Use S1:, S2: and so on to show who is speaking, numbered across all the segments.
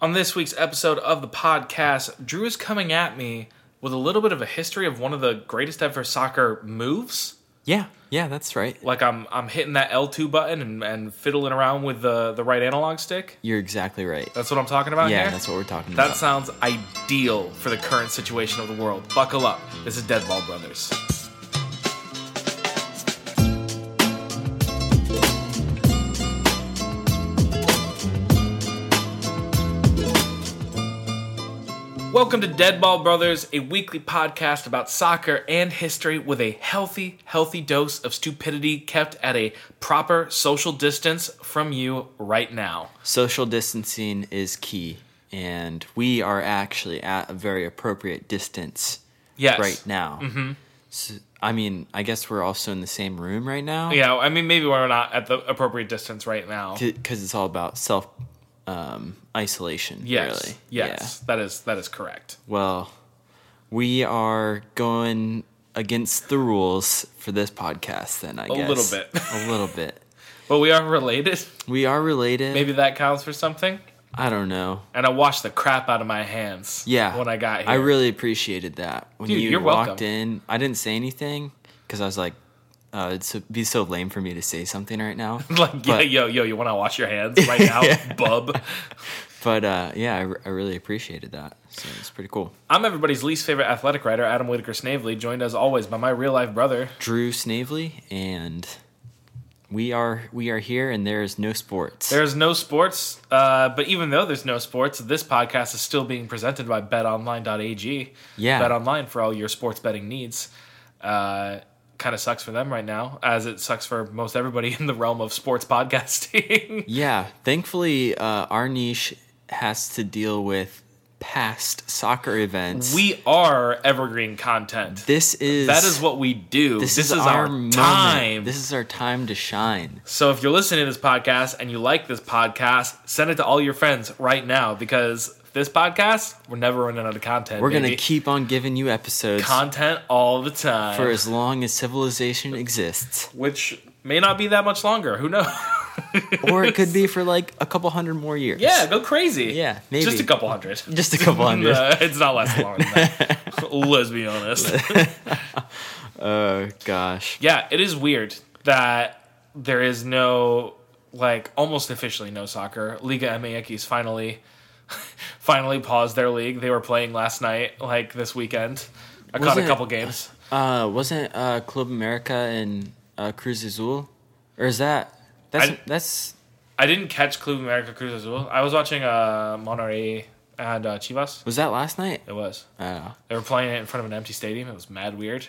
S1: On this week's episode of the podcast, Drew is coming at me with a little bit of a history of one of the greatest ever soccer moves.
S2: Yeah, yeah, that's right.
S1: Like I'm I'm hitting that L2 button and, and fiddling around with the, the right analog stick.
S2: You're exactly right.
S1: That's what I'm talking about
S2: yeah,
S1: here.
S2: that's what we're talking
S1: That
S2: about.
S1: sounds ideal for the current situation of the world. Buckle up. This is Deadball Brothers. Welcome to Deadball Brothers, a weekly podcast about soccer and history with a healthy, healthy dose of stupidity kept at a proper social distance from you right now.
S2: Social distancing is key, and we are actually at a very appropriate distance
S1: Yes.
S2: right now. Mm-hmm. So, I mean, I guess we're also in the same room right now.
S1: Yeah, I mean, maybe we're not at the appropriate distance right now.
S2: because it's all about self um, isolation.
S1: Yes,
S2: really.
S1: yes, that is that is correct.
S2: Yeah. Well, we are going against the rules for this podcast. Then I
S1: A
S2: guess
S1: little bit.
S2: a little bit.
S1: But we are related.
S2: We are related.
S1: Maybe that counts for something.
S2: I don't know.
S1: And I washed the crap out of my hands.
S2: Yeah.
S1: when I got here,
S2: I really appreciated that. When
S1: Dude,
S2: you
S1: you're
S2: walked
S1: welcome.
S2: in, I didn't say anything because I was like, uh, it'd so- be so lame for me to say something right now.
S1: like, yeah,
S2: but-
S1: yo, yo, you want to wash your hands right now, bub?
S2: but uh, yeah, I, re- I really appreciated that. So it's pretty cool.
S1: I'm everybody's least favorite athletic writer, Adam Whitaker Snavely, joined as always by my real life brother.
S2: Drew Snavely and we are we are here and there is no sports.
S1: There's no sports, uh, but even though there's no sports, this podcast is still being presented by BetOnline.ag.
S2: Yeah.
S1: BetOnline for all your sports betting needs. Uh, kind of sucks for them right now, as it sucks for most everybody in the realm of sports podcasting.
S2: yeah, thankfully uh, our niche has to deal with past soccer events.
S1: we are evergreen content.
S2: this is
S1: that is what we do. This, is, our,
S2: moment.
S1: time.
S2: This is our time to shine.
S1: So if you're listening to this podcast and you like this podcast, send it to all your friends right now because this podcast, we're never running out of content.
S2: We're gonna
S1: baby.
S2: keep on giving you episodes
S1: content all the time.
S2: for as long as civilization exists,
S1: which may not be that much longer. Who knows?
S2: or it could be for like a couple hundred more years.
S1: yeah, go crazy.
S2: Yeah, maybe.
S1: just a couple hundred.
S2: just a couple hundred.
S1: Uh, it's not less long than that. Let's be honest.
S2: Oh gosh.
S1: Yeah, it is weird that there is no like almost officially no soccer. Liga MX finally finally paused their league. They were playing last night, like this weekend. I caught a
S2: Wasn't-
S1: couple games.
S2: Uh, wasn't uh, Club America and uh, Cruz Azul, or is that that's
S1: I-
S2: that's
S1: I didn't catch Club America Cruz Azul. I was watching uh Monterrey and uh, Chivas.
S2: was that last night?
S1: It was.
S2: Uh,
S1: They were playing it in front of an empty stadium. It was mad weird.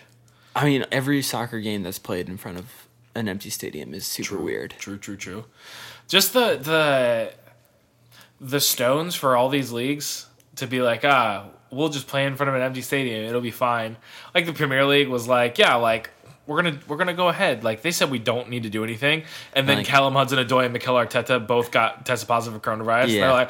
S2: I mean, every soccer game that's played in front of an empty stadium is super weird.
S1: True, true, true. Just the the the stones for all these leagues to be like, ah, we'll just play in front of an empty stadium. It'll be fine. Like the Premier League was like, yeah, like we're gonna we're gonna go ahead. Like they said, we don't need to do anything. And then
S2: Like-
S1: Callum Hudson Odoi and Mikel Arteta both got tested positive for coronavirus.
S2: Yeah.
S1: They're like,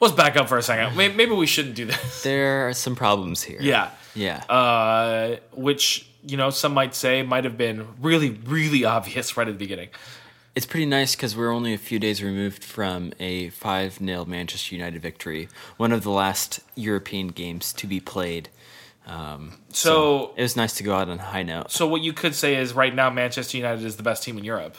S1: let's back up for a second. May- Maybe we shouldn't do this.
S2: There are some problems here.
S1: yeah.
S2: Yeah.
S1: Uh, which you know some might say might have been really really obvious right at the beginning.
S2: It's pretty nice because we're only a few days removed from a 5 0 Manchester United victory, one of the last European games to be played.
S1: So
S2: It was nice to go out on a high note.
S1: So what you could say is right now Manchester United is the best team in Europe.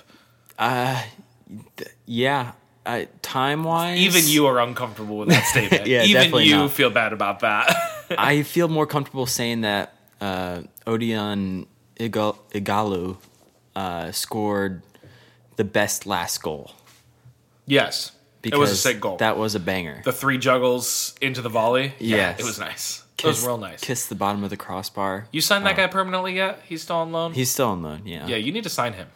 S2: Yeah, uh, I, time wise,
S1: Even you are uncomfortable with that statement.
S2: Yeah,
S1: Even
S2: definitely
S1: you
S2: not.
S1: feel bad about that.
S2: I feel more comfortable saying that uh, Odion Igal- Igalu uh, scored the best last goal.
S1: yes. It was a sick goal.
S2: That was a banger.
S1: the three juggles into the volley. Yeah.
S2: Yes.
S1: It was nice. it was real nice.
S2: Kissed the bottom of the crossbar.
S1: You signed that guy permanently yet? He's still on loan?
S2: He's still on loan, yeah.
S1: yeah, you need to sign him.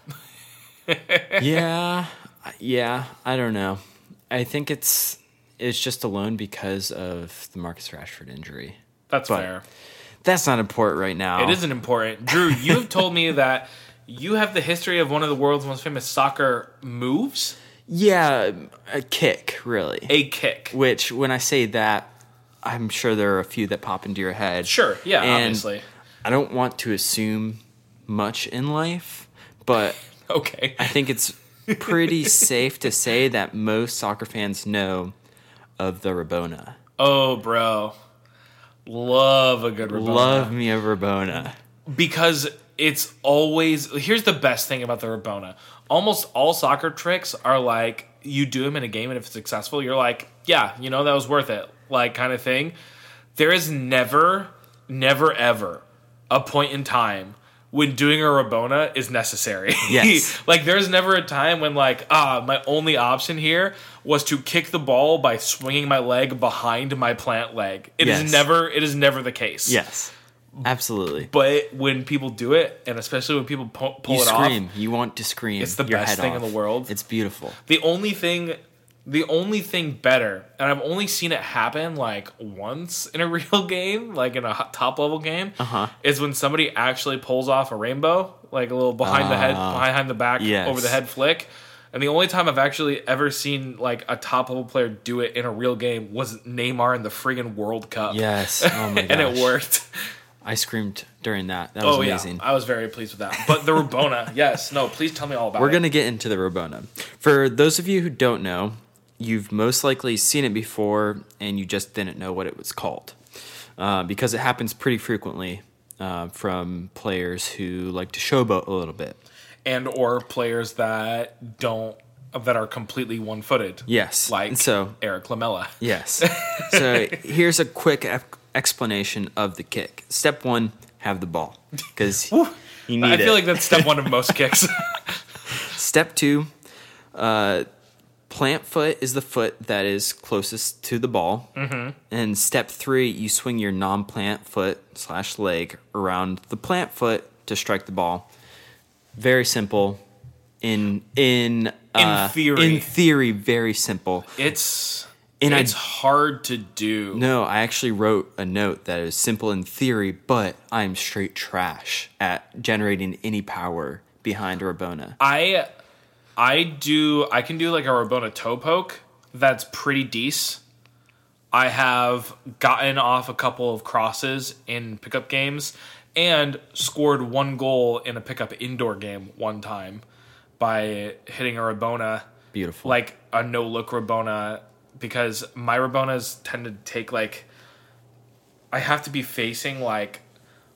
S2: yeah I- yeah i don't know i think it's it's just alone because of the marcus rashford injury
S1: That's
S2: But-
S1: fair.
S2: that's not important right now
S1: It isn't important. Drew, you've told me that you have the history of one of the world's most famous soccer moves,
S2: yeah a kick really
S1: a kick.
S2: which when i say that i'm sure there are a few that pop into your head
S1: Sure. Yeah,
S2: And
S1: obviously.
S2: i don't want to assume much in life but
S1: Okay.
S2: I think it's pretty safe to say that most soccer fans know of the Rabona.
S1: Oh, bro. Love a good Rabona.
S2: Love me a Rabona.
S1: because it's always here's the best thing about the Rabona. Almost all soccer tricks are like you do them in a game, and if it's successful, you're like, yeah, you know that was worth it, like kind of thing. There is never, never, ever a point in time when doing a Rabona is necessary.
S2: Yes.
S1: like there's never a time when like ah, my only option here was to kick the ball by swinging my leg behind my plant leg. It is
S2: Yes.
S1: never, it is never the case.
S2: Yes. Absolutely.
S1: But when people do it, and especially when people pu- pull
S2: You
S1: it
S2: scream.
S1: off,
S2: You want to scream.
S1: It's the
S2: your
S1: best
S2: head
S1: thing in
S2: off.
S1: the world.
S2: It's beautiful.
S1: the only thing, the only thing better, and I've only seen it happen like once in a real game, like in a hot- top level game,
S2: Uh-huh.
S1: is when somebody actually pulls off a rainbow, like a little behind the head,
S2: Ah.
S1: behind the back,
S2: Yes.
S1: over the head flick. And the only time I've actually ever seen like a top level player do it in a real game was Neymar in the friggin' World Cup.
S2: Yes. Oh my gosh.
S1: and it worked. Oh,
S2: I screamed during that. That was amazing.
S1: Yeah, I was very pleased with that. But the Rabona, yes, no, please tell me all about
S2: We're
S1: it.
S2: going to get into the Rabona. For those of you who don't know, you've most likely seen it before and you just didn't know what it was called uh, because it happens pretty frequently uh, from players who like to showboat a little bit.
S1: and or players that don't that are completely one footed.
S2: Yes.
S1: Like
S2: And so,
S1: Eric Lamella.
S2: yes. so here's a quick ep- explanation of the kick. Step one, have the ball because you need
S1: I feel
S2: it.
S1: like that's step one of most kicks.
S2: Step two, uh, plant foot is the foot that is closest to the ball. Mm-hmm. And step three, you swing your non-plant foot slash leg around the plant foot to strike the ball. Very simple. In in uh,
S1: theory.
S2: in theory, very simple.
S1: It's
S2: And I-
S1: it's hard to do.
S2: No, I actually wrote a note that is simple in theory, but I'm straight trash at generating any power behind Rabona.
S1: I I do I can do like a Rabona toe poke that's pretty decent. I have gotten off a couple of crosses in pickup games and scored one goal in a pickup indoor game one time by hitting a Rabona
S2: Beautiful.
S1: like a no look Rabona because my Rabonas tend to take like I have to be facing like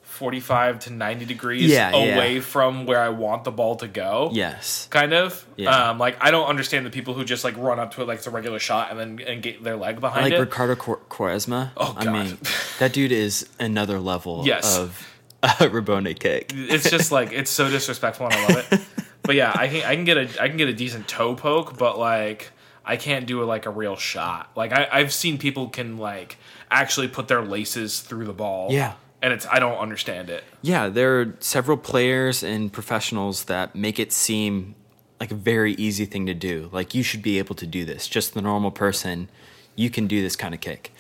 S1: 45 to 90 degrees
S2: Yeah, yeah.
S1: away from where I want the ball to go.
S2: yes.
S1: Kind of.
S2: Yeah.
S1: Um, like I don't understand the people who just like run up to it like it's a regular shot and then and get their leg behind
S2: like
S1: it.
S2: Ricardo Quar- Quaresma.
S1: Oh,
S2: I
S1: God.
S2: mean, that dude is another level
S1: Yes.
S2: of uh, Rabona kick.
S1: it's just like it's so disrespectful and I love it. but yeah, I can I can get a I can get a decent toe poke, but like I can't do like a real shot. Like I, I've seen people can like actually put their laces through the ball.
S2: Yeah.
S1: And it's I don't understand it.
S2: Yeah, there are several players and professionals that make it seem like a very easy thing to do. Like you should be able to do this. Just the normal person, you can do this kind of kick.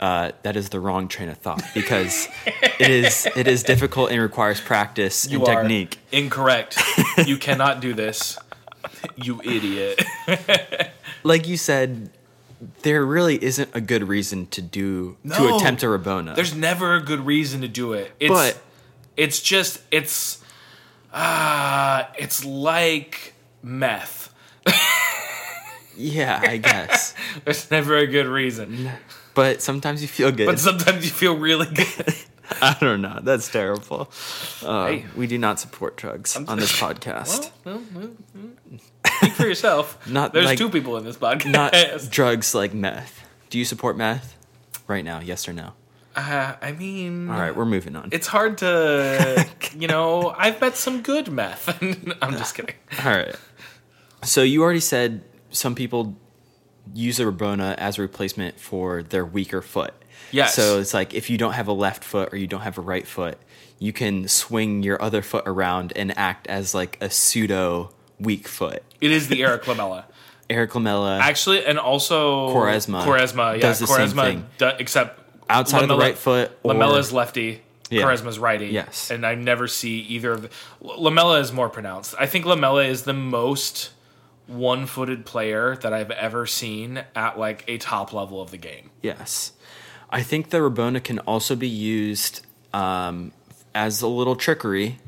S2: Uh, that is the wrong train of thought because it is it is difficult and requires practice
S1: You
S2: and
S1: are
S2: technique.
S1: incorrect. you cannot do this. You idiot.
S2: Like you said, there really isn't a good reason to do to
S1: No.
S2: attempt a rabona.
S1: There's never a good reason to do it. It's
S2: But-
S1: it's just it's uh it's like meth.
S2: yeah, I guess.
S1: There's never a good reason.
S2: but sometimes you feel good.
S1: But sometimes you feel really good.
S2: I don't know. That's terrible. Uh,
S1: Hey.
S2: We do not support drugs on this podcast.
S1: Well, well, well, Speak for yourself.
S2: Not
S1: There's
S2: like-
S1: two people in this podcast.
S2: not drugs like meth. Do you support meth? Right now, yes or no?
S1: uh, I mean,
S2: All right, we're moving on.
S1: it's hard to, you know, I've met some good meth. I'm just kidding.
S2: All right. So you already said some people use a rabona as a replacement for their weaker foot.
S1: Yes.
S2: So it's like if you don't have a left foot or you don't have a right foot, you can swing your other foot around and act as like a pseudo weak foot.
S1: It is the Eric Lamella.
S2: Eric Lamella.
S1: Actually, and also
S2: Quaresma
S1: Quaresma, yeah,
S2: does the same
S1: Quaresma,
S2: thing.
S1: do- except
S2: Outside of the
S1: Lamella-
S2: right foot or-
S1: Lamella's lefty.
S2: Yeah.
S1: Quaresma's righty.
S2: Yes.
S1: and I never see either of. The, L- Lamella is more pronounced. I think Lamella is the most one-footed player that I've ever seen at like a top level of the game.
S2: Yes. I think the Rabona can also be used um, as a little trickery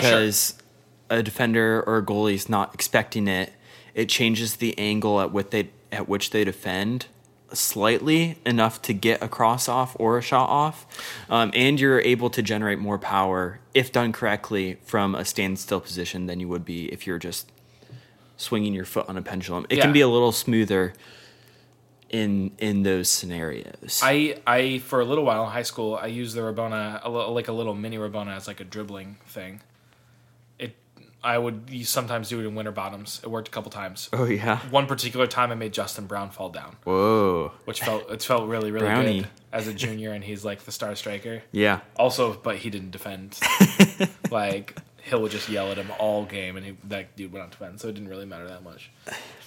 S2: because a defender or a goalie is not expecting it. It changes the angle at what they at which they defend slightly enough to get a cross off or a shot off, um, and you're able to generate more power if done correctly from a standstill position than you would be if you're just swinging your foot on a pendulum. It
S1: Yeah.
S2: can be a little smoother in in those scenarios.
S1: I I for a little while in high school I used the rabona a li- like a little mini rabona as like a dribbling thing. It I would u- sometimes do it in winter bottoms. It worked a couple times.
S2: oh yeah.
S1: One particular time I made Justin Brown fall down,
S2: Whoa.
S1: which felt it felt really really
S2: Brownie.
S1: good as a junior, and he's like the star striker.
S2: Yeah.
S1: Also, but he didn't defend. like Hill would just yell at him all game, and he, that dude went on defend, so it didn't really matter that much.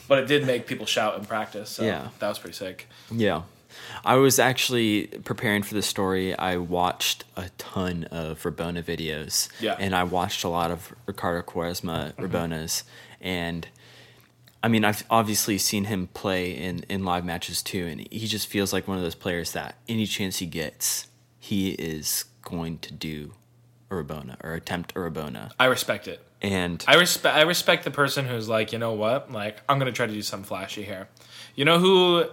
S1: But it did make people shout in practice. So
S2: Yeah.
S1: that was pretty sick.
S2: Yeah. I was actually preparing for this story. I watched a ton of Rabona videos.
S1: Yeah. Mm-hmm.
S2: And I watched a lot of Ricardo Quaresma Rabonas. And I mean, I've obviously seen him play in, in live matches too. And he just feels like one of those players that any chance he gets, he is going to do a Rabona or attempt a Rabona.
S1: I respect it.
S2: And
S1: I respect I respect the person who's like, you know what? Like, I'm gonna try to do something flashy here. You know who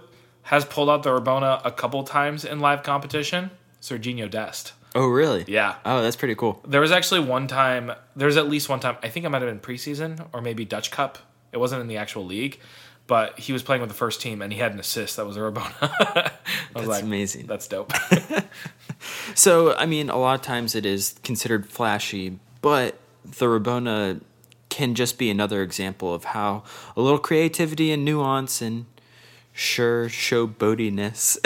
S1: has pulled out the Rabona a couple times in live competition? Serginho Dest.
S2: oh, really?
S1: Yeah.
S2: Oh, that's pretty cool.
S1: There was actually one time there was at least one time, I think it might have been preseason or maybe Dutch Cup. It wasn't in the actual league, but he was playing with the first team and he had an assist that was a Rabona. I was
S2: That's
S1: like,
S2: amazing.
S1: That's dope.
S2: So, I mean, a lot of times it is considered flashy, but the Rabona can just be another example of how a little creativity and nuance and sure showboatiness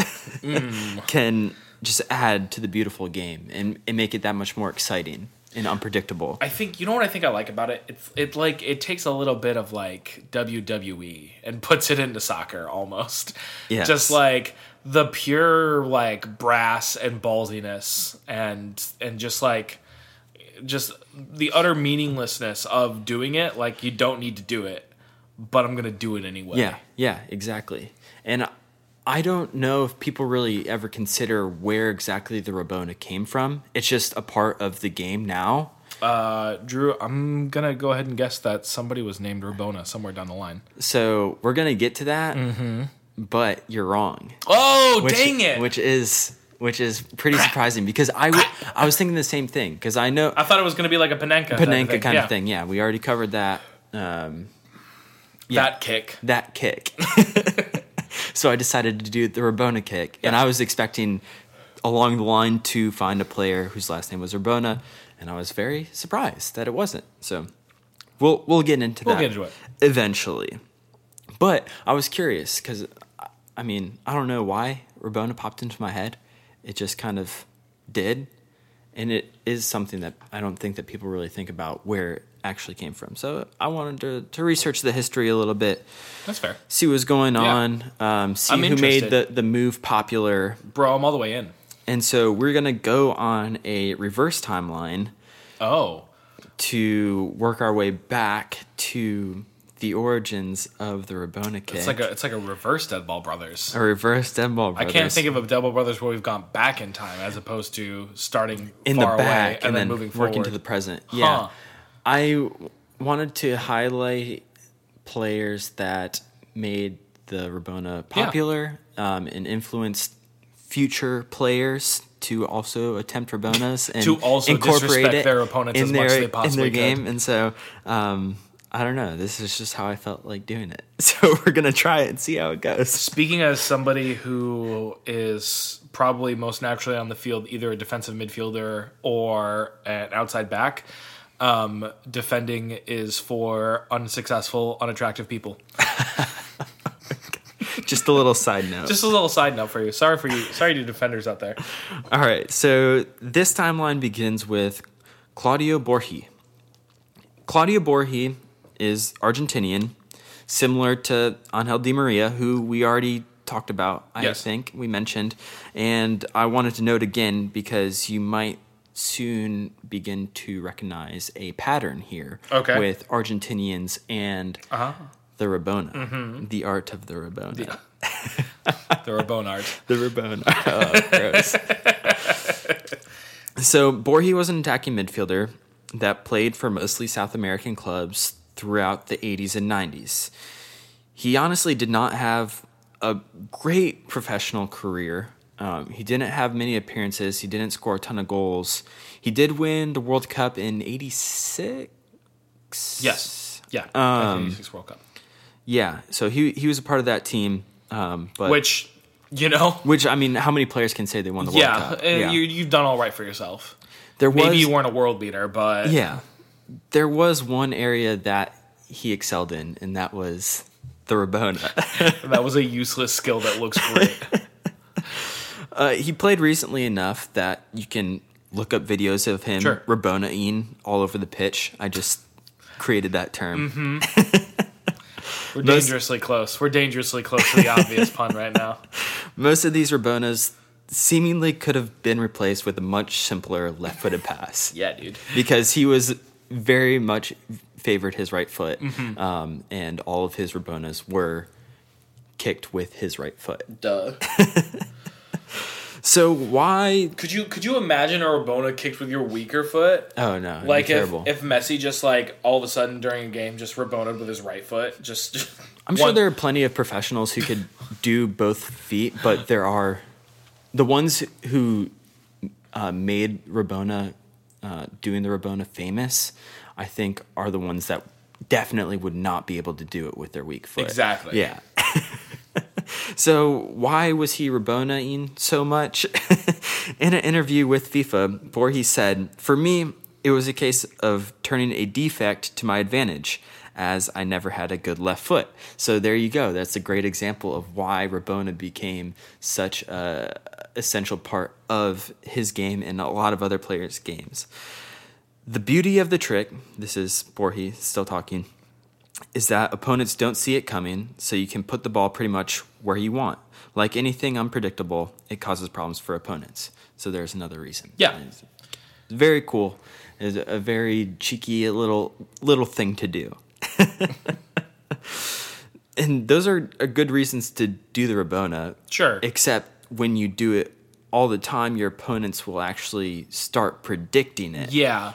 S2: can just add to the beautiful game and, and make it that much more exciting and unpredictable.
S1: I think you know what I think I like about it. It's it like it takes a little bit of like WWE and puts it into soccer almost.
S2: Yes.
S1: Just like the pure like brass and ballsiness and and just like just the utter meaninglessness of doing it. Like you don't need to do it, but I'm gonna do it anyway.
S2: Yeah, yeah, exactly. And I don't know if people really ever consider where exactly the Rabona came from. It's just a part of the game now.
S1: Uh, Drew, I'm gonna go ahead and guess that somebody was named Rabona somewhere down the line.
S2: So we're gonna get to that, but you're wrong.
S1: Oh
S2: Which-
S1: dang it!
S2: Which is which is pretty surprising because I w- I was thinking the same thing because I know
S1: I thought it was gonna be like a Panenka. type
S2: Panenka kind
S1: Yeah.
S2: of thing. Yeah, we already covered that um,
S1: That kick.
S2: that kick. so I decided to do the Rabona kick, and I was expecting along the line to find a player whose last name was Rabona, and I was very surprised that it wasn't. So we'll we'll get into
S1: We'll
S2: that
S1: get into it.
S2: eventually. But I was curious because I mean I don't know why Rabona popped into my head. It just kind of did, and it is something that I don't think that people really think about where it actually came from. So I wanted to, to research the history a little bit
S1: That's fair.
S2: see what's going on, um, see
S1: I'm
S2: who made the,
S1: interested.
S2: the move popular.
S1: Bro, I'm all the way in.
S2: And so we're going to go on a reverse timeline
S1: Oh.
S2: to work our way back to the origins of the Rabona kick.
S1: It's like a it's like a reverse Dead Ball Brothers.
S2: a reverse dead ball.
S1: I can't think of a Dead Ball Brothers where we've gone back in time as opposed to starting
S2: in
S1: far away
S2: the back
S1: and, then, moving forward.
S2: working to the present. Yeah,
S1: Huh.
S2: I wanted to highlight players that made the Rabona
S1: Yeah.
S2: popular um, and influenced future players to also attempt Rabonas and
S1: To also disrespect their opponents
S2: in
S1: as
S2: their,
S1: much as they
S2: in
S1: possibly
S2: their game. And so. Um, I don't know. This is just how I felt like doing it. So we're gonna try it and see how it goes.
S1: Speaking as somebody who is probably most naturally on the field, either a defensive midfielder or an outside back, um, defending is for unsuccessful, unattractive people.
S2: Just a little side note.
S1: Just a little side note for you. Sorry for you. Sorry to defenders out there.
S2: All right, so this timeline begins with Claudio Borgi. Claudio Borgi is Argentinian, similar to Angel Di Maria, who we already talked about, I
S1: Yes.
S2: think we mentioned. And I wanted to note again because you might soon begin to recognize a pattern here
S1: Okay. Ah.
S2: with Argentinians and the Rabona,
S1: Mm-hmm.
S2: the art of the Rabona.
S1: The Rabonard.
S2: The Rabona. Oh, gross. so Borhi was an attacking midfielder that played for mostly South American clubs throughout the 80s and 90s. He honestly did not have a great professional career. Um, he didn't have many appearances. He didn't score a ton of goals. He did win the World Cup in '86.
S1: Yes. Yeah.
S2: Um,
S1: 1986 World Cup.
S2: Yeah. So he he was a part of that team. Um, but which,
S1: Which, you know,
S2: I mean, how many players can say they won the World
S1: yeah,
S2: Cup?
S1: and You, you've done all right for yourself.
S2: there was
S1: Maybe you weren't a world beater, but
S2: yeah, there was one area that he excelled in, and that was the Rabona.
S1: that was a useless skill that looks great.
S2: Uh, he played recently enough that you can look up videos of him
S1: Sure.
S2: Rabonaing all over the pitch. I just created that term.
S1: Mm-hmm. We're dangerously close. We're dangerously close to the obvious pun right now.
S2: Most of these Rabonas seemingly could have been replaced with a much simpler left footed pass
S1: Yeah, dude.
S2: because he was very much favored his right foot,
S1: Mm-hmm.
S2: um, and all of his Rabonas were kicked with his right foot.
S1: Duh.
S2: So why?
S1: Could you could you imagine a Rabona kicked with your weaker foot?
S2: Oh no! it'd be
S1: Like if,
S2: terrible.
S1: if Messi just like all of a sudden during a game just Rabona with his right foot, just, just
S2: I'm sure there are plenty of professionals who could do both feet, but there are the ones who uh, made Rabona uh, doing the Rabona famous. I think are the ones that definitely would not be able to do it with their weak foot.
S1: Exactly.
S2: Yeah. so why was he Rabonaing so much? In an interview with FIFA, Voorhees said, "For me, it was a case of turning a defect to my advantage." As I never had a good left foot. So there you go. That's a great example of why Rabona became such a essential part of his game and a lot of other players' games. The beauty of the trick, this is Voorhees still talking, is that opponents don't see it coming, so you can put the ball pretty much where you want. Like anything unpredictable, it causes problems for opponents. So there's another reason.
S1: Yeah.
S2: It's very cool. It's a very cheeky little little thing to do. and those are, are good reasons to do the Rabona.
S1: Sure.
S2: Except when you do it all the time, your opponents will actually start predicting it.
S1: Yeah.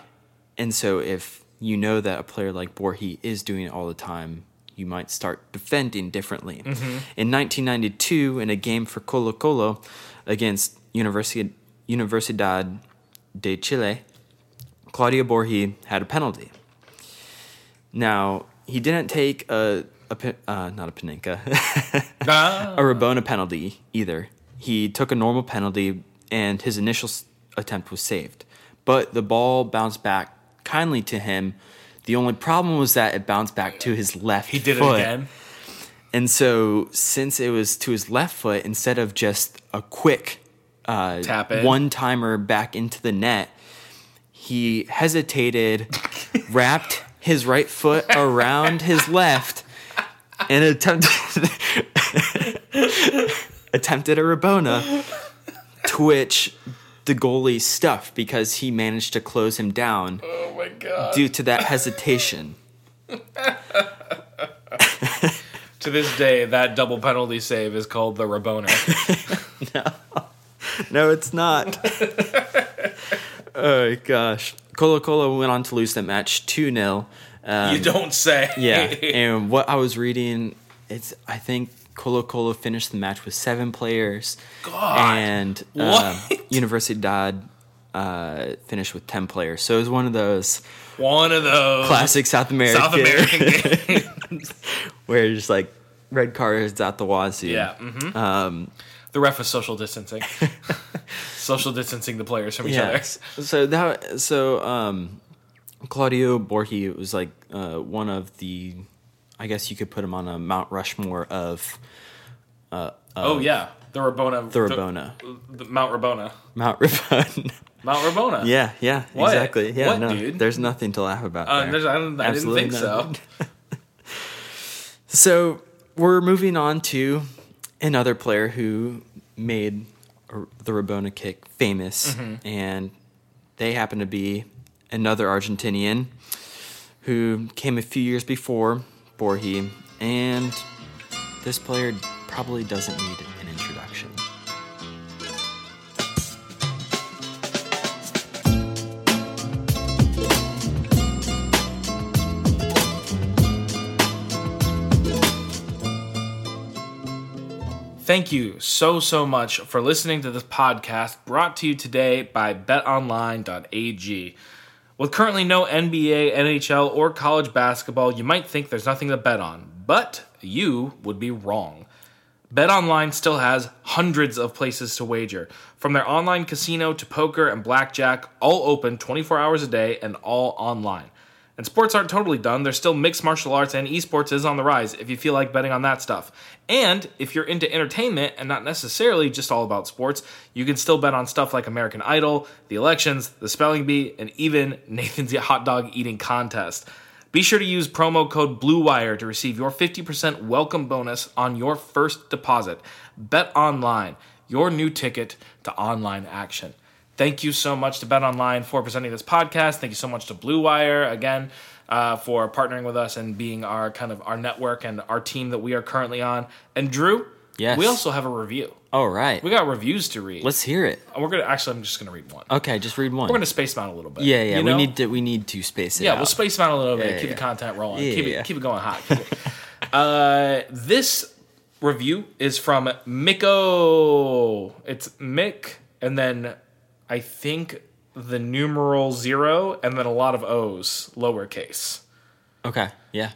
S2: And so if you know that a player like Borhi is doing it all the time, you might start defending differently. In 1992, in a game for Colo Colo against Universi- Universidad de Chile, Claudio Borhi had a penalty. Now, he didn't take a, a pe- uh, not a Panenka,
S1: Ah.
S2: a Rabona penalty either. He took a normal penalty, and his initial s- attempt was saved. But the ball bounced back kindly to him. The only problem was that it bounced back to his left.
S1: he did
S2: foot.
S1: it again.
S2: And so, since it was to his left foot, instead of just a quick uh,
S1: Tap in.
S2: one timer back into the net, he hesitated, wrapped his right foot around his left, and attempted attempted a rabona, to which the goalie stuffed because he managed to close him down
S1: Oh my god.
S2: due to that hesitation.
S1: To this day, that double penalty save is called the Rabona.
S2: No, it's not. oh gosh. Colo Colo went on to lose that match 2 0.
S1: you don't say.
S2: Um, Yeah. and what I was reading, it's I think Colo Colo finished the match with seven players.
S1: God.
S2: And uh,
S1: What?
S2: Universidad uh, finished with 10 players. So it was one of those
S1: One of those
S2: classic South American,
S1: South American games.
S2: where you're just like red cards out the wazoo.
S1: Yeah. hmm the ref was social distancing. social distancing the players from each other.
S2: So that so um Claudio Borghi was like uh one of the I guess you could put him on a Mount Rushmore of
S1: oh yeah, the Rabona.
S2: Um, the Rabona.
S1: The, Mount Rabona.
S2: Mount Rabona.
S1: Mount Rabona.
S2: yeah, yeah,
S1: What?
S2: exactly. Yeah,
S1: What,
S2: no.
S1: dude?
S2: There's nothing to laugh about
S1: Uh,
S2: there.
S1: there's, I, don't, I didn't
S2: Absolutely
S1: think
S2: not.
S1: so.
S2: So we're moving on to another player who made r- the Rabona kick famous,
S1: Mm-hmm.
S2: and they happen to be another Argentinian who came a few years before Borhi, and this player probably doesn't need an introduction.
S1: Thank you so, so much for listening to this podcast brought to you today by betonline.ag. With currently no NBA, NHL, or college basketball, you might think there's nothing to bet on, but you would be wrong. BetOnline still has hundreds of places to wager, from their online casino to poker and blackjack, all open 24 hours a day and all online. And sports aren't totally done. There's still mixed martial arts and esports is on the rise if you feel like betting on that stuff. And if you're into entertainment and not necessarily just all about sports, you can still bet on stuff like American Idol, the elections, the spelling bee, and even Nathan's hot dog eating contest. Be sure to use promo code BLUEWIRE to receive your 50% welcome bonus on your first deposit. Bet online, your new ticket to online action. Thank you so much to Bet Online for presenting this podcast. Thank you so much to Blue Wire again uh, for partnering with us and being our kind of our network and our team that we are currently on. And Drew,
S2: Yes.
S1: we also have a review.
S2: All right.
S1: We got reviews to read.
S2: Let's hear it.
S1: we're gonna actually. I'm just gonna read one.
S2: Okay, just read one.
S1: We're gonna space them out a little bit.
S2: yeah, yeah.
S1: you
S2: We
S1: know?
S2: need to we need to space it
S1: Yeah,
S2: out.
S1: we'll space them out a little bit.
S2: yeah,
S1: keep
S2: yeah.
S1: the content rolling.
S2: Yeah,
S1: keep it
S2: yeah.
S1: keep it going hot. Keep it- uh, this review is from Miko. It's Mick, and then I think the numeral zero, and then a lot of O's, lowercase.
S2: okay. Yeah.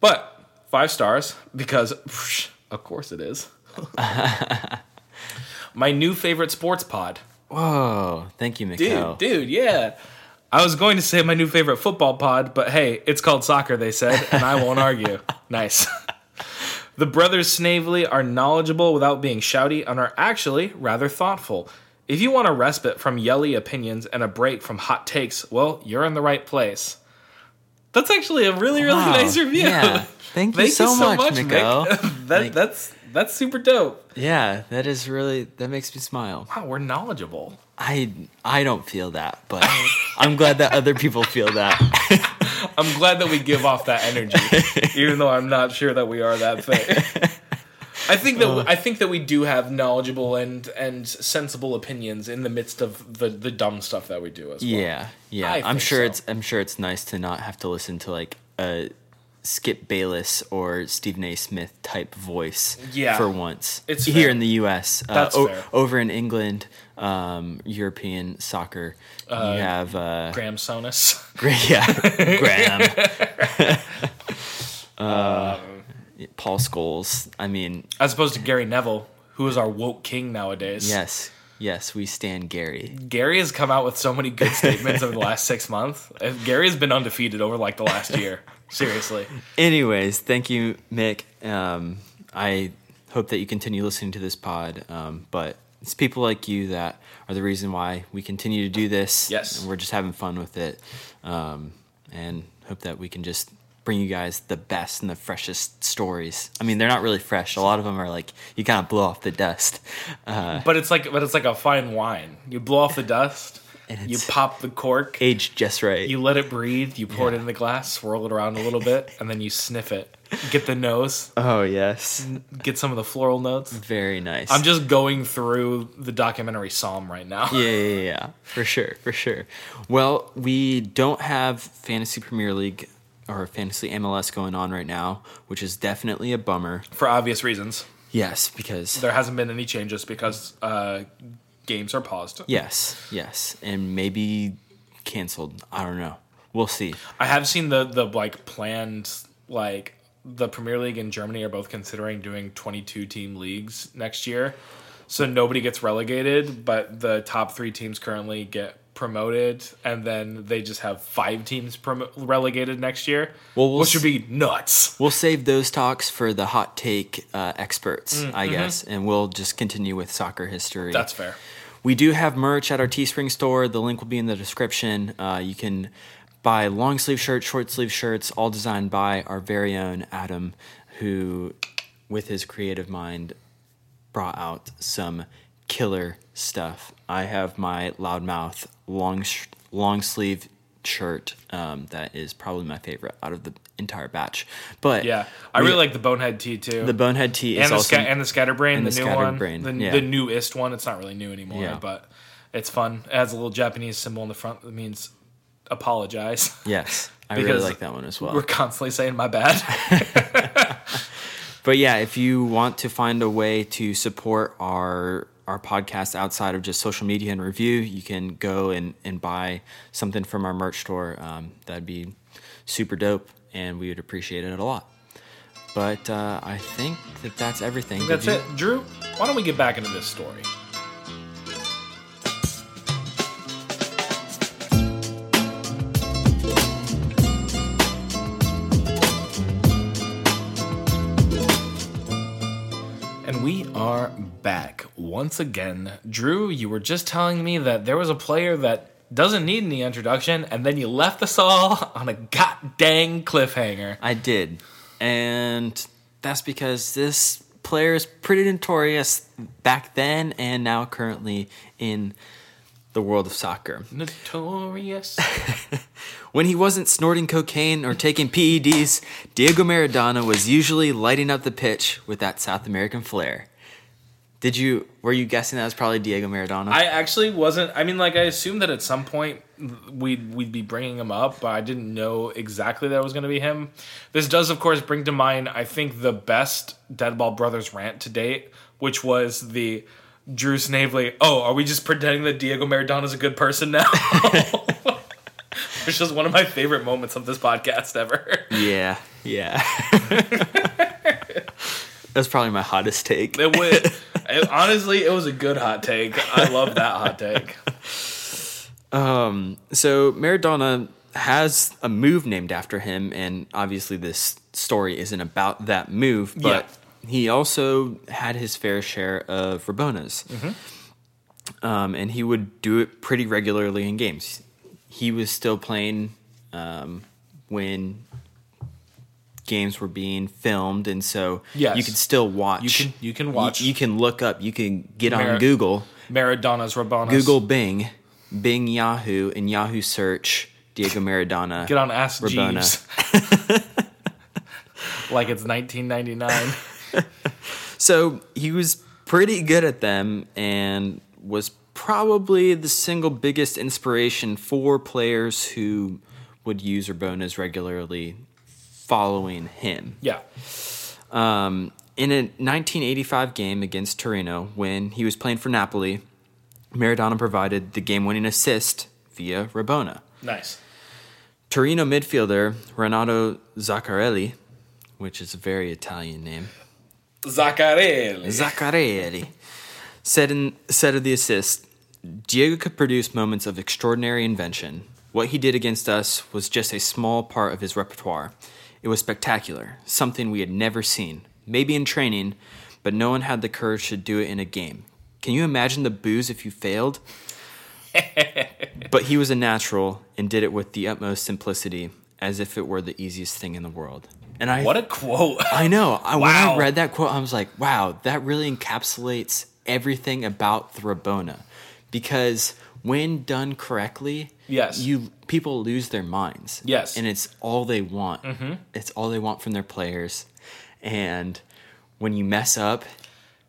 S1: But five stars because, psh, of course, it is. My new favorite sports pod.
S2: Whoa. Thank you,
S1: Dude,
S2: Mikko.
S1: dude, yeah. I was going to say my new favorite football pod, but hey, it's called soccer, they said, and I won't argue. Nice. The brothers Snavely are knowledgeable without being shouty and are actually rather thoughtful. If you want a respite from yelly opinions and a break from hot takes, well, you're in the right place. That's actually a really, really
S2: Wow.
S1: nice review.
S2: Yeah. Thank you so much,
S1: Mick.
S2: Mikko.
S1: that,
S2: Like-
S1: that's that's super dope.
S2: Yeah, that is really that makes me smile.
S1: Wow, we're knowledgeable.
S2: I I don't feel that, but I'm glad that other people feel that.
S1: I'm glad that we give off that energy, even though I'm not sure that we are that thing. I think that I think that we do have knowledgeable and and sensible opinions in the midst of the the dumb stuff that we do as well.
S2: Yeah. Yeah.
S1: I
S2: I'm
S1: think
S2: sure
S1: so.
S2: it's I'm sure it's nice to not have to listen to like a Skip Bayless or Stephen A. Smith type voice
S1: Yeah.
S2: for once.
S1: It's
S2: here
S1: fair.
S2: in the US. Uh,
S1: That's
S2: o-
S1: fair.
S2: over in England, um, European soccer. you have uh,
S1: Graham Sonus.
S2: yeah, Graham. Uh, Paul Scholes. I mean,
S1: As opposed to Gary Neville, who is our woke king nowadays.
S2: Yes, yes, we stand Gary.
S1: Gary has come out with so many good statements over the last six months. Uh, Gary has been undefeated over like the last year. Seriously.
S2: Anyways, thank you, Mick. Um, I hope that you continue listening to this pod. Um, but it's people like you that are the reason why we continue to do this.
S1: Yes.
S2: and we're just having fun with it, um, and hope that we can just bring you guys the best and the freshest stories. I mean, they're not really fresh. A lot of them are like you kind of blow off the dust. Uh,
S1: But it's like but it's like a fine wine. You blow off the dust,
S2: And
S1: you
S2: it's-
S1: pop the cork.
S2: aged just right.
S1: You let it breathe. You pour it in the glass, swirl it around a little bit, and then you sniff it. Get the nose.
S2: oh yes,
S1: Get some of the floral notes.
S2: very nice.
S1: I'm just going through the documentary Psalm right now.
S2: yeah, yeah, yeah, yeah, for sure, for sure. Well, we don't have fantasy Premier League or fantasy MLS going on right now, which is definitely a bummer.
S1: For obvious reasons,
S2: Yes, because
S1: there hasn't been any changes because uh, games are paused.
S2: yes, yes, and maybe canceled. I don't know. We'll see.
S1: I have seen the the like planned like the Premier League and Germany are both considering doing 22 team leagues next year. So nobody gets relegated, but the top 3 teams currently get promoted and then they just have 5 teams prom- relegated next year.
S2: Well, we'll
S1: which would be nuts.
S2: We'll save those talks for the hot take uh, experts, I guess, and we'll just continue with soccer history.
S1: That's fair.
S2: We do have merch at our Teespring store. The link will be in the description. Uh, you can buy long sleeve shirts, short sleeve shirts, all designed by our very own Adam, who, with his creative mind, brought out some killer stuff. I have my loudmouth long sh- long sleeve shirt um, that is probably my favorite out of the entire batch. But
S1: Yeah. I
S2: we-
S1: really like the Bonehead T too.
S2: the bonehead tee is
S1: and the,
S2: also
S1: sca- and the Scatterbrain,
S2: and
S1: the,
S2: the
S1: new one,
S2: Scatterbrain,
S1: the,
S2: yeah.
S1: the newest one. It's not really new anymore,
S2: Yeah.
S1: but it's fun. It has a little Japanese symbol in the front that means apologize.
S2: yes. I
S1: because
S2: really like that one as well.
S1: We're constantly saying my bad.
S2: But yeah, if you want to find a way to support our our podcast outside of just social media and review, you can go and, and buy something from our merch store. Um, that'd be super dope, and we would appreciate it a lot. But uh, I think that that's everything. Did
S1: That's
S2: you-
S1: it. Drew, why don't we get back into this story? And we are back once again. Drew, you were just telling me that there was a player that doesn't need any introduction, and then you left us all on a god dang cliffhanger.
S2: I did. And that's because this player is pretty notorious back then and now currently in the world of soccer.
S1: Notorious.
S2: When he wasn't snorting cocaine or taking PEDs, Diego Maradona was usually lighting up the pitch with that South American flair. Did you were you guessing that was probably Diego Maradona?
S1: I actually wasn't. I mean, like I assumed that at some point we'd we'd be bringing him up, but I didn't know exactly that it was going to be him. This does, of course, bring to mind I think the best Deadball Brothers rant to date, which was the Drew Snavely. Oh, are we just pretending that Diego Maradona's a good person now? Which is one of my favorite moments of this podcast ever.
S2: yeah, yeah. That's probably my hottest take.
S1: It would it- honestly, it was a good hot take. I love that hot take.
S2: Um, so Maradona has a move named after him, and obviously this story isn't about that move, but he also had his fair share of Rabonas.
S1: Mm-hmm.
S2: Um, and he would do it pretty regularly in games. He was still playing um, when games were being filmed, and so
S1: Yes.
S2: you could still watch.
S1: You can you can
S2: You-
S1: watch
S2: You, can look up. You can get
S1: Mar-
S2: on Google.
S1: Maradona's Rabonas.
S2: Google Bing, Bing Yahoo, and Yahoo search Diego Maradona.
S1: Get on Ask
S2: Rabona.
S1: Jeeves. like it's 1999.
S2: So he was pretty good at them and was probably the single biggest inspiration for players who would use Urbonas regularly following him.
S1: Yeah.
S2: Um, in a 1985 game against Torino, when he was playing for Napoli, Maradona provided the game winning assist via Rabona.
S1: Nice.
S2: Torino midfielder Renato Zaccarelli, which is a very Italian name,
S1: Zaccarelli.
S2: Zaccarelli, said in said of the assist, Diego could produce moments of extraordinary invention. What he did against us was just a small part of his repertoire. It was spectacular, something we had never seen, maybe in training, but no one had the courage to do it in a game. Can you imagine the booze if you failed? but he was a natural and did it with the utmost simplicity, as if it were the easiest thing in the world. And I
S1: What a quote.
S2: I know. I, When I
S1: Wow.
S2: read that quote, I was like, wow, that really encapsulates everything about the Rabona. Because when done correctly,
S1: Yes.
S2: you people lose their minds.
S1: Yes. Mm-hmm.
S2: And it's all they want. It's all they want from their players. And when you mess up,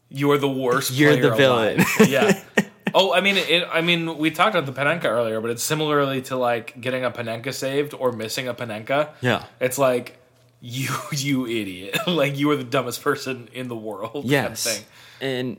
S1: You are the worst.
S2: You're
S1: player
S2: the villain.
S1: alive. yeah. Oh, I mean, it, I mean, we talked about the Penenka earlier, but it's similarly to like getting a Penenka saved or missing a Penenka.
S2: Yeah.
S1: It's like you, you idiot. like you are the dumbest person in the world. kind of
S2: yes.
S1: thing.
S2: And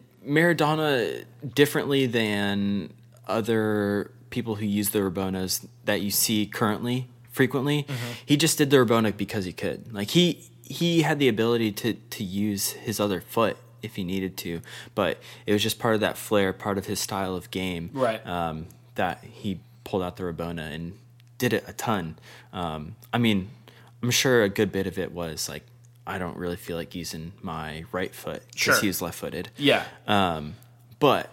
S2: Maradona, differently than other people who use the Rabonas that you see currently frequently, he just did the Rabona because he could. Like he he had the ability to to use his other foot if he needed to, but it was just part of that flair, part of his style of game,
S1: Right.
S2: Um, that he pulled out the Rabona and did it a ton. Um, I mean, I'm sure a good bit of it was like. I don't really feel like using my right foot because
S1: Sure.
S2: he was left-footed.
S1: Yeah.
S2: But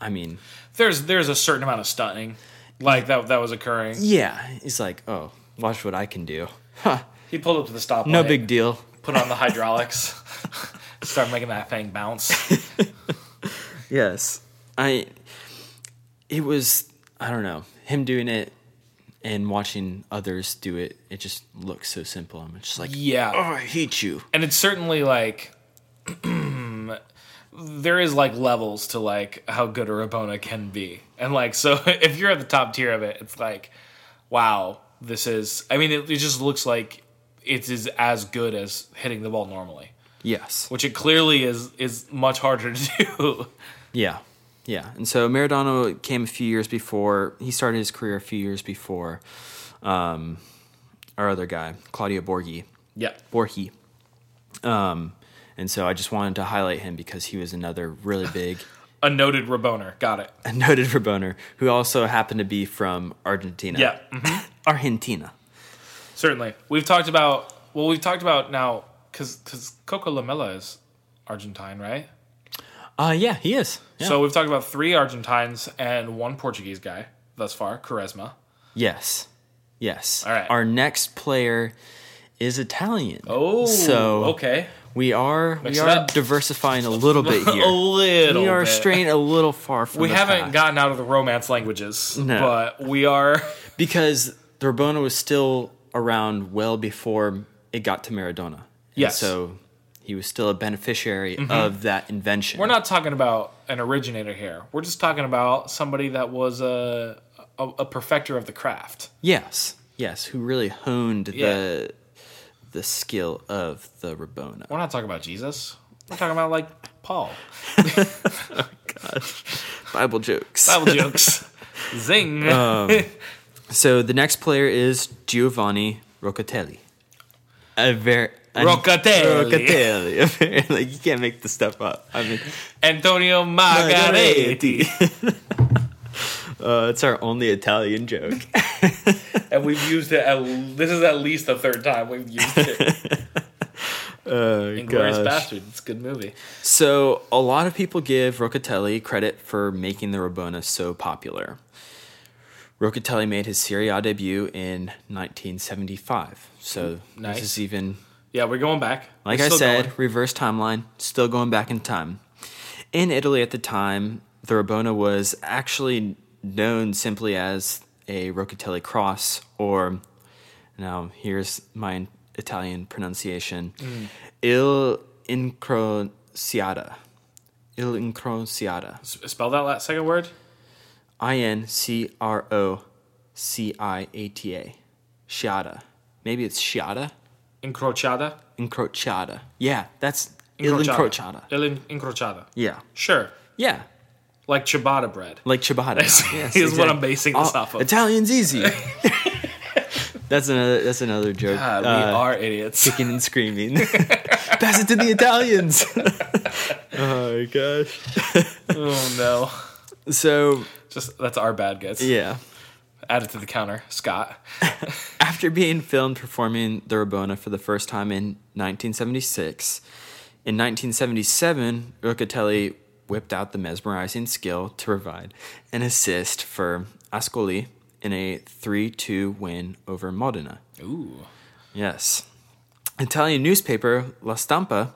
S2: I mean,
S1: there's there's a certain amount of stunning, like that that was occurring.
S2: yeah, he's like, oh, watch what I can do. Huh,
S1: He pulled up to the stop.
S2: no big deal.
S1: put on the hydraulics, start making that thing bounce.
S2: Yes, I. It was I don't know him doing it and watching others do it. It just looks so simple. I'm just like, oh,
S1: Yeah,
S2: I hate you.
S1: and it's certainly like there is like levels to like how good a Rabona can be, and like so if you're at the top tier of it, it's like wow, this is. I mean, it, it just looks like it is as good as hitting the ball normally.
S2: Yes.
S1: which it clearly is is much harder to do.
S2: Yeah. Yeah. And so Maradona came a few years before. He started his career a few years before um, our other guy, Claudio Borghi.
S1: yeah.
S2: Borghi. Um, and so I just wanted to highlight him because he was another really big
S1: A noted Raboner. Got it.
S2: and noted Raboner who also happened to be from Argentina.
S1: Yeah. mm-hmm.
S2: Argentina.
S1: Certainly. We've talked about, well, we've talked about now, because Coco Lamela is Argentine, right?
S2: Uh, yeah, he is. Yeah.
S1: So we've talked about three Argentines and one Portuguese guy thus far, Quaresma.
S2: Yes. Yes.
S1: All right.
S2: Our next player is Italian.
S1: Oh,
S2: so
S1: okay.
S2: We are
S1: Mix
S2: we
S1: it
S2: are
S1: up. Oh,
S2: diversifying a little bit here.
S1: A little.
S2: we are
S1: bit.
S2: straying a little far from.
S1: We
S2: the
S1: haven't
S2: path.
S1: gotten out of the Romance languages,
S2: No.
S1: but we are.
S2: because the Rabona was still around well before it got to Maradona. And
S1: Yes. Mm-hmm.
S2: so he was still a beneficiary of that invention.
S1: We're not talking about an originator here. We're just talking about somebody that was a a, a perfecter of the craft.
S2: Yes. Yes. Who really honed
S1: Yeah.
S2: the the skill of the Rabona.
S1: We're not talking about Jesus. We're talking about like Paul.
S2: Bible jokes.
S1: Bible jokes. Zing.
S2: Um, So the next player is Giovanni Rocatelli. A very
S1: Rocatelli.
S2: Rocatelli. Apparently, you can't make this stuff up. I mean,
S1: Antonio Margaretti.
S2: uh, it's our only Italian joke.
S1: And we've used it. At, this is at least the third time we've used it.
S2: Oh,
S1: Inglorious
S2: gosh.
S1: Bastard. It's a good movie.
S2: So a lot of people give Rocatelli credit for making the Rabona so popular. Rocatelli made his Serie A debut in 1975. So
S1: Nice.
S2: this is even
S1: Yeah, we're going back.
S2: Like
S1: We're
S2: I
S1: still
S2: said,
S1: going.
S2: reverse timeline, still going back in time. In Italy at the time, the Rabona was actually known simply as a Rocatelli cross, or now here's my Italian pronunciation
S1: Mm.
S2: Il Incrociata. Il Incrociata.
S1: S- spell that last second word.
S2: I N C R O C I A T A. Shiata. Maybe it's Shiata?
S1: Incrochada.
S2: Incrociata. Yeah, that's Il Incrociata.
S1: Il in- incrochada.
S2: Yeah.
S1: Sure.
S2: Yeah.
S1: Like ciabatta bread.
S2: Like ciabatta. Yes,
S1: is what
S2: exactly.
S1: I'm basing this
S2: Oh,
S1: off of.
S2: Italian's easy. that's another that's another joke.
S1: God, we
S2: Uh,
S1: are idiots.
S2: kicking and screaming. Pass it to the Italians. oh my gosh.
S1: oh no.
S2: So
S1: Just that's our bad guys.
S2: yeah.
S1: Add it to the counter, Scott.
S2: After being filmed performing the Rabona for the first time in 1976, in 1977, Rocatelli whipped out the mesmerizing skill to provide an assist for Ascoli in a 3 2 win over Modena.
S1: Ooh.
S2: Yes. Italian newspaper La Stampa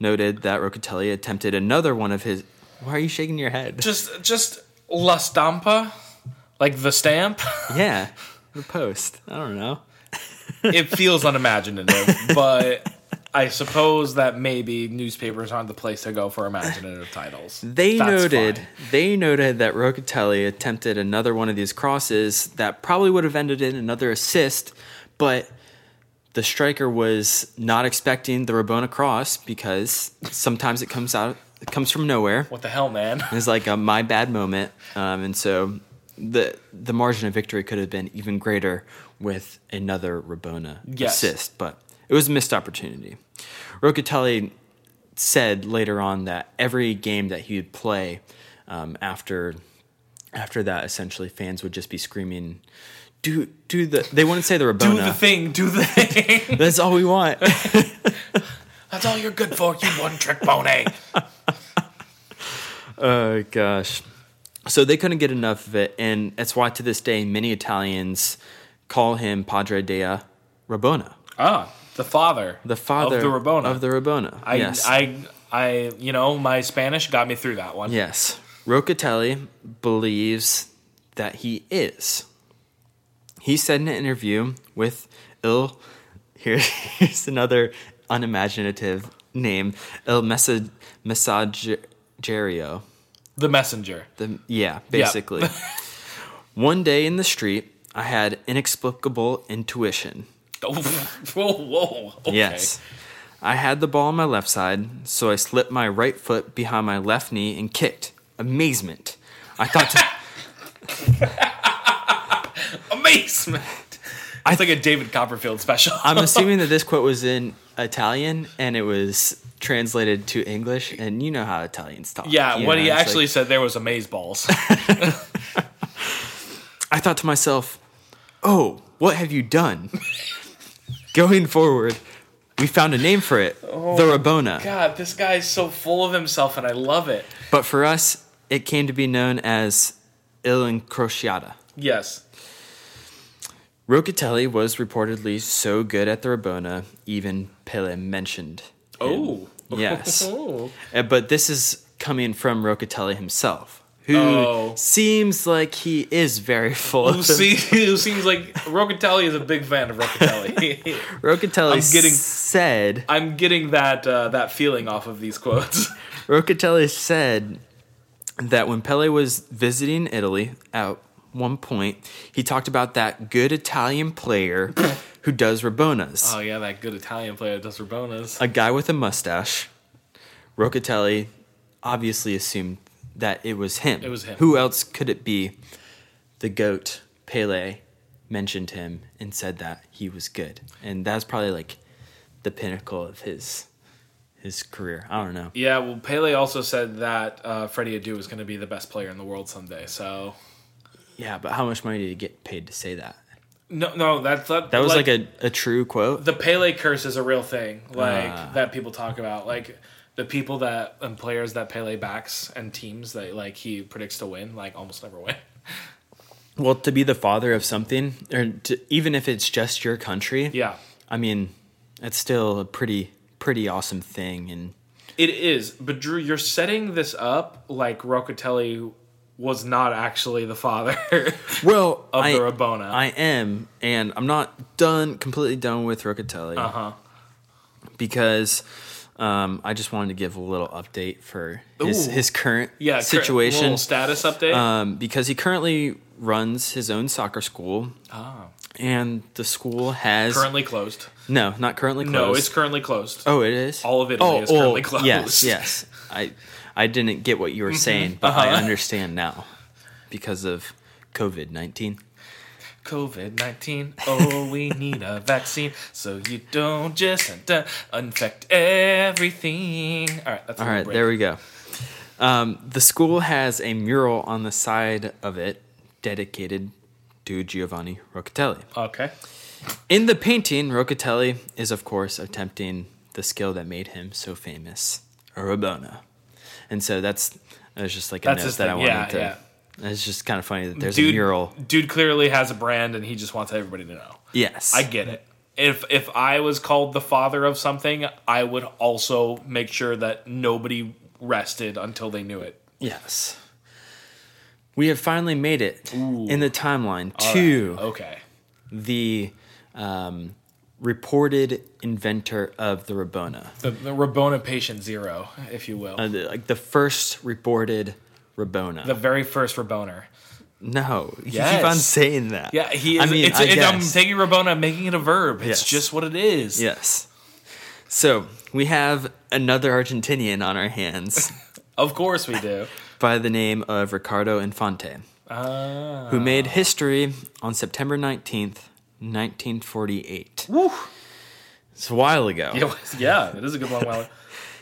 S2: noted that Rocatelli attempted another one of his. Why are you shaking your head?
S1: Just just La Stampa? Like the stamp?
S2: yeah, the post. I don't know.
S1: It feels unimaginative, but I suppose that maybe newspapers aren't the place to go for imaginative titles.
S2: They
S1: That's
S2: noted
S1: fine.
S2: they noted that Rocatelli attempted another one of these crosses that probably would have ended in another assist, but the striker was not expecting the Rabona cross because sometimes it comes out it comes from nowhere.
S1: What the hell, man?
S2: It was like a my bad moment, um, and so the the margin of victory could have been even greater with another Rabona
S1: Yes.
S2: assist, but it was a missed opportunity. Rocatelli said later on that every game that he would play um, after after that, essentially fans would just be screaming, "Do do the." They wouldn't say the Rabona.
S1: Do the thing, do the thing.
S2: That's all we want.
S1: That's all you're good for, you one trick pony.
S2: Oh gosh. So they couldn't get enough of it, and that's why to this day many Italians call him Padre dea Rabona,
S1: Ah, the father.
S2: the father
S1: of the Rabona.
S2: Of the Rabona.
S1: I,
S2: yes.
S1: I, I, you know, my Spanish got me through that one.
S2: yes. Rocatelli believes that he is. He said in an interview with Il. Here, here's another unimaginative name: Il Messag- Messagerio.
S1: The messenger.
S2: The, yeah, basically. One day in the street, I had inexplicable intuition.
S1: Oh, whoa, whoa. Okay.
S2: Yes. I had the ball on my left side, so I slipped my right foot behind my left knee and kicked. Amazement. I thought to,
S1: Amazement. It's like a David Copperfield special.
S2: I'm assuming that this quote was in Italian and it was translated to English, and you know how Italians talk.
S1: yeah,
S2: you
S1: what
S2: know,
S1: he
S2: it's
S1: actually
S2: like-
S1: said there was amaze balls.
S2: I thought to myself, "Oh, what have you done?" Going forward, we found a name for it,
S1: Oh
S2: the Rabona.
S1: God, this guy's so full of himself, and I love it.
S2: But for us, it came to be known as Il Incrociata.
S1: Yes.
S2: Locatelli was reportedly so good at the Rabona, even Pele mentioned.
S1: Oh.
S2: Yes. Uh, But this is coming from Locatelli himself, who
S1: Oh.
S2: seems like he is very full
S1: who,
S2: of him.
S1: see, who seems like Rocatelli is a big fan of Rocatelli.
S2: Locatelli
S1: I'm getting-
S2: said,
S1: I'm getting that uh, that feeling off of these quotes.
S2: Locatelli said that when Pele was visiting Italy at one point, he talked about that good Italian player who does Rabonas.
S1: Oh yeah, that good Italian player does Rabonas.
S2: a guy with a mustache. Rocatelli obviously assumed that it was him.
S1: It was him.
S2: Who else could it be? The goat Pele mentioned him and said that he was good, and that's probably like the pinnacle of his his career. I don't know.
S1: Yeah, well, Pele also said that uh, Freddie Adu is going to be the best player in the world someday. So
S2: Yeah, but how much money did he get paid to say that?
S1: no, no, that's that,
S2: That was like, a, a true quote.
S1: the Pele curse is a real thing, like
S2: Ah.
S1: that people talk about, like the people that and players that Pele backs and teams that like he predicts to win, like almost never win.
S2: Well, to be the father of something, or to, even if it's just your country,
S1: Yeah,
S2: I mean, it's still a pretty pretty awesome thing, and
S1: it is. But Drew, you're setting this up like Rocatelli was not actually the father.
S2: well
S1: Of
S2: I,
S1: the Rabona.
S2: I am, and I'm not done completely done with Rocatelli
S1: uh huh.
S2: because um, I just wanted to give a little update for his,
S1: Ooh.
S2: his current
S1: Yeah, cur-
S2: situation.
S1: little status update.
S2: um, because he currently runs his own soccer school,
S1: ah,
S2: and the school has
S1: currently closed.
S2: no, not currently closed.
S1: No, it's currently closed.
S2: oh, it is.
S1: All of Italy
S2: oh,
S1: is currently
S2: oh,
S1: closed. Mm-hmm.
S2: Yes, yes. I I didn't get what you were saying, but
S1: Uh-huh.
S2: I understand now because of COVID nineteen.
S1: COVID 19. Oh, we need a vaccine so you don't just uh, infect everything. All right, that's a
S2: All right,
S1: break.
S2: there we go. Um, the school has a mural on the side of it dedicated to Giovanni Rocatelli.
S1: Okay.
S2: In the painting, Rocatelli is, of course, attempting the skill that made him so famous, a Rabona. And so that's that's just like a
S1: That's
S2: note
S1: his
S2: that I
S1: thing,
S2: wanted
S1: yeah,
S2: to.
S1: yeah.
S2: It's just kind of funny that there's
S1: dude,
S2: a mural.
S1: Dude clearly has a brand and he just wants everybody to know.
S2: Yes,
S1: I get it. If if I was called the father of something, I would also make sure that nobody rested until they knew it.
S2: yes. We have finally made it in the timeline to
S1: Okay.
S2: the um, reported inventor of the Rabona,
S1: The, the Rabona patient zero, if you will.
S2: Uh, the- like the first reported Rabona.
S1: the very first Raboner.
S2: no, you keep
S1: Yes.
S2: on saying that.
S1: Yeah, he is. it's, it's, I'm
S2: guess.
S1: taking Rabona, I'm making it a verb. It's
S2: Yes.
S1: just what it is.
S2: yes. So we have another Argentinian on our hands
S1: Of course we do.
S2: by the name of Ricardo Infante,
S1: Uh,
S2: who made history on September nineteenth, nineteen forty-eight.
S1: Woo.
S2: It's a while ago.
S1: It was- yeah, it is a good long while.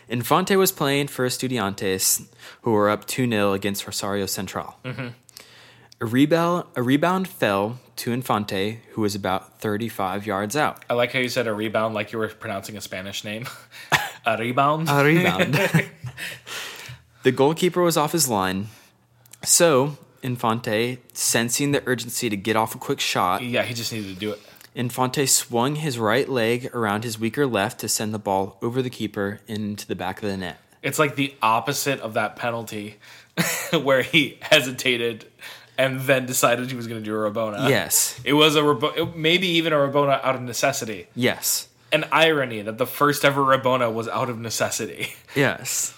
S2: Infante was playing for Estudiantes, who were up 2 0 against Rosario Central. A, rebound, a rebound fell to Infante, who was about 35 yards out.
S1: I like how you said a rebound, like you were pronouncing a Spanish name. a rebound.
S2: A rebound. the goalkeeper was off his line. So, Infante, sensing the urgency to get off a quick shot,
S1: yeah, he just needed to do it.
S2: Infante swung his right leg around his weaker left to send the ball over the keeper into the back of the net.
S1: It's like the opposite of that penalty, where he hesitated and then decided he was going to do a Rabona.
S2: Yes.
S1: It was a Rabo- maybe even a Rabona out of necessity.
S2: Yes.
S1: An irony that the first ever Rabona was out of necessity.
S2: Yes.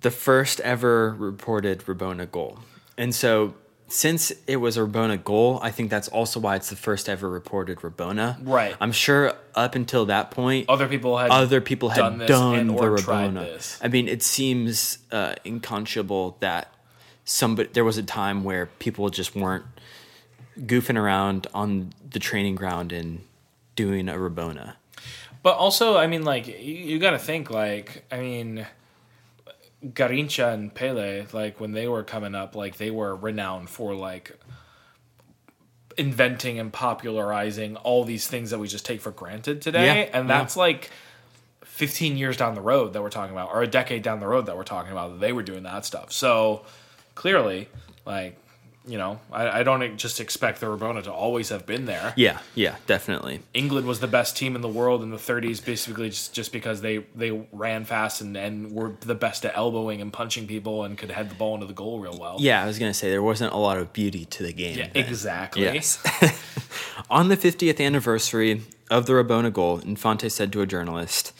S2: The first ever reported Rabona goal. And so since it was a Rabona goal, I think that's also why it's the first ever reported Rabona.
S1: Right.
S2: I'm sure up until that point,
S1: Other people had
S2: other people had
S1: done
S2: done,
S1: this and
S2: the
S1: or tried
S2: Rabona.
S1: this.
S2: I mean, it seems uh, inconscionable that somebody there was a time where people just weren't goofing around on the training ground and doing a Rabona.
S1: But also, I mean, like you, you got to think, like I mean, Garincha and Pele, like when they were coming up, like they were renowned for like inventing and popularizing all these things that we just take for granted today,
S2: Yeah,
S1: and that's like. 15 years down the road that we're talking about or a decade down the road that we're talking about that they were doing that stuff so clearly like you know i, I don't e, just expect the rabona to always have been there
S2: Yeah, yeah, definitely.
S1: England was the best team in the world in the 30s, basically just, just because they, they ran fast and, and were the best at elbowing and punching people and could head the ball into the goal real well.
S2: Yeah, I was gonna say there wasn't a lot of beauty to the game.
S1: Yeah,
S2: then.
S1: exactly.
S2: Yes. On the 50th anniversary of the Rabona goal, Infante said to a journalist,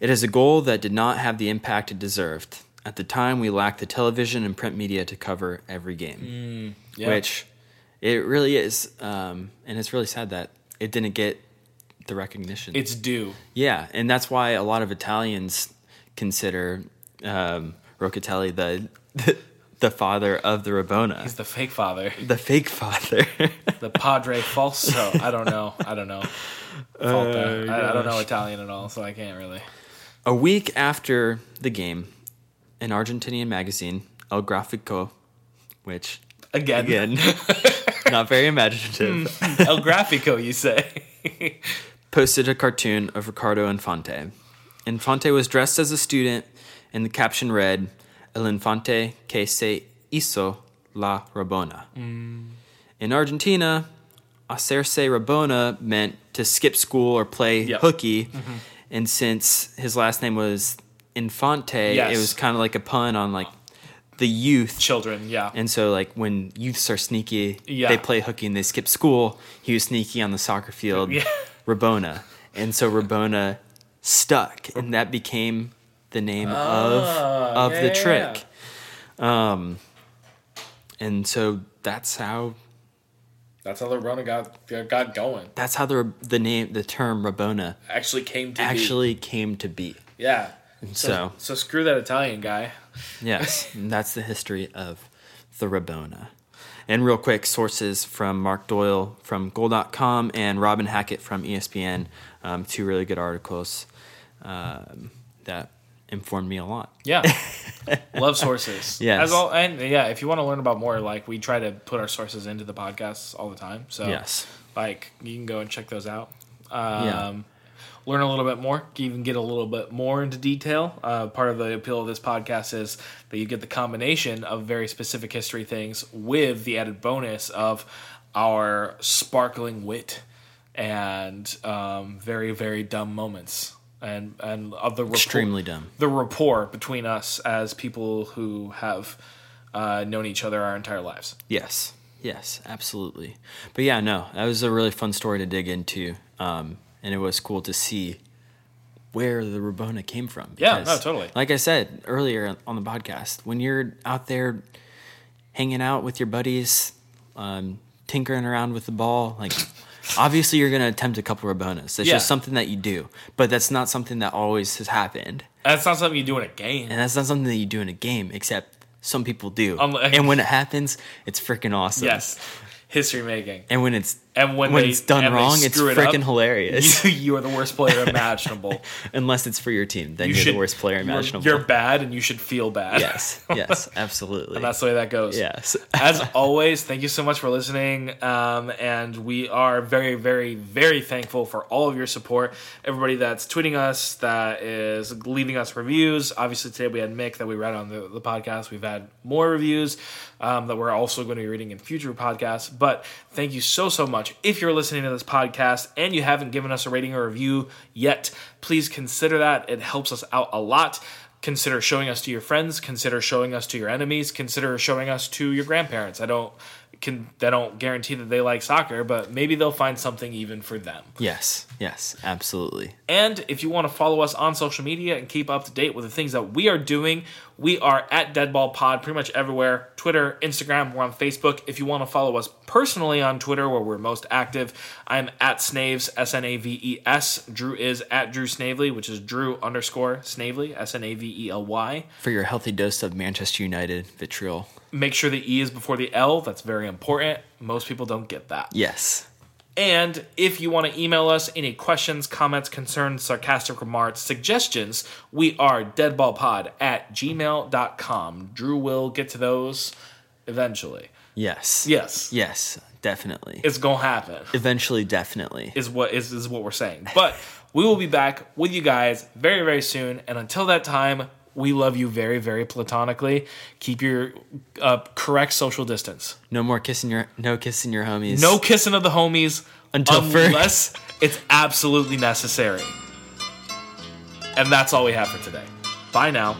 S2: It is a goal that did not have the impact it deserved. At the time, we lacked the television and print media to cover every game,
S1: Mm, Yeah.
S2: which it really is. Um, and it's really sad that it didn't get the recognition.
S1: it's due.
S2: yeah, and that's why a lot of Italians consider um, Roccatelli the, the, father of the Rabona,
S1: He's the fake father,
S2: the fake father.
S1: the padre falso. I don't know. I don't know.
S2: Uh,
S1: Fault there. I, I don't know Italian at all, so I can't really.
S2: A week after the game, an Argentinian magazine, El Grafico, which
S1: Again,
S2: again, not very imaginative,
S1: El Grafico, you say.
S2: posted a cartoon of Ricardo Infante. Infante was dressed as a student, and the caption read, El Infante que se hizo la Rabona.
S1: Mm.
S2: In Argentina, hacerse Rabona meant to skip school or play
S1: Yep. Mm-hmm.
S2: hooky. And since his last name was Infante,
S1: Yes.
S2: it was kind of like a pun on like the youth.
S1: Children, yeah.
S2: And so, like when youths are sneaky,
S1: Yeah.
S2: they play hooky and they skip school. He was sneaky on the soccer field,
S1: Yeah.
S2: Rabona, and so Rabona stuck, and that became the name of of
S1: Ah, yeah,
S2: the
S1: yeah,
S2: trick. Um, and so that's how
S1: That's how the Rona got, got going.
S2: that's how the the name the term Rabona
S1: Actually came to be.
S2: actually came to be.
S1: Yeah.
S2: So-
S1: so screw that Italian guy.
S2: Yes, and that's the history of the Rabona. And real quick, sources from Mark Doyle from Goal.com and Robin Hackett from E ESPN, um, two really good articles um, that informed me a lot.
S1: Yeah. Love sources.
S2: Yes.
S1: As all and yeah, if you want to learn about more, like we try to put our sources into the podcasts all the time. So
S2: Yes.
S1: like you can go and check those out. Um
S2: Yeah.
S1: learn a little bit more, even get a little bit more into detail. Uh, part of the appeal of this podcast is that you get the combination of very specific history things with the added bonus of our sparkling wit and um, very, very dumb moments. And, and of the rapport-
S2: Extremely dumb.
S1: the rapport between us as people who have uh, known each other our entire lives.
S2: Yes, yes, absolutely. But yeah, no, that was a really fun story to dig into. Um, and it was cool to see where the Rabona came from.
S1: Yeah, no, totally.
S2: Like I said earlier on the podcast, when you're out there hanging out with your buddies, um, tinkering around with the ball, like obviously you're going to attempt a couple Rabonas. That's
S1: Yeah.
S2: just something that you do, but that's not something that always has happened.
S1: That's not something you do in a game.
S2: And that's not something that you do in a game, except some people do.
S1: Unlike-
S2: and when it happens, it's freaking awesome.
S1: Yes, history making.
S2: And when it's
S1: And when,
S2: when
S1: they-
S2: it's done
S1: and they
S2: wrong, it's
S1: screw it up,
S2: freaking hilarious.
S1: You, you are the worst player imaginable.
S2: Unless it's for your team, then
S1: You
S2: you are
S1: should
S2: the worst player
S1: you're-
S2: imaginable.
S1: You're, bad, and you should feel bad.
S2: yes, yes, absolutely.
S1: that's the way that goes.
S2: yes.
S1: As always, thank you so much for listening. Um, and we are very, very, very thankful for all of your support. Everybody that's tweeting us, that is leaving us reviews. Obviously, today we had Mick that we read on the, the podcast. We've had more reviews um, that we're also going to be reading in future podcasts. But thank you so, so much. If you're listening to this podcast and you haven't given us a rating or review yet, please consider that. It helps us out a lot consider showing us to your friends consider showing us to your enemies consider showing us to your grandparents i don't can i don't guarantee that they like soccer but maybe they'll find something even for them
S2: yes, yes, absolutely.
S1: and if you want to follow us on social media and keep up to date with the things that we are doing We are at Deadball Pod pretty much everywhere Twitter, Instagram, we're on Facebook. If you want to follow us personally on Twitter, where we're most active, I'm at Snaves, S N A V E S. Drew is at Drew Snavely, which is Drew underscore Snavely, S N A V E L Y.
S2: For your healthy dose of Manchester United vitriol.
S1: Make sure the E is before the L. That's very important. Most people don't get that.
S2: Yes.
S1: And if you want to email us any questions, comments, concerns, sarcastic remarks, suggestions, we are deadballpod at gmail.com. Drew will get to those eventually.
S2: Yes.
S1: Yes.
S2: Yes, definitely.
S1: It's gonna happen.
S2: Eventually, definitely.
S1: Is what is, is what we're saying. But we will be back with you guys very, very soon. And until that time, we love you very, very platonically. Keep your uh, correct social distance.
S2: No more kissing your no kissing your homies.
S1: No kissing of the homies
S2: Until fir-
S1: unless it's absolutely necessary. And that's all we have for today. Bye now.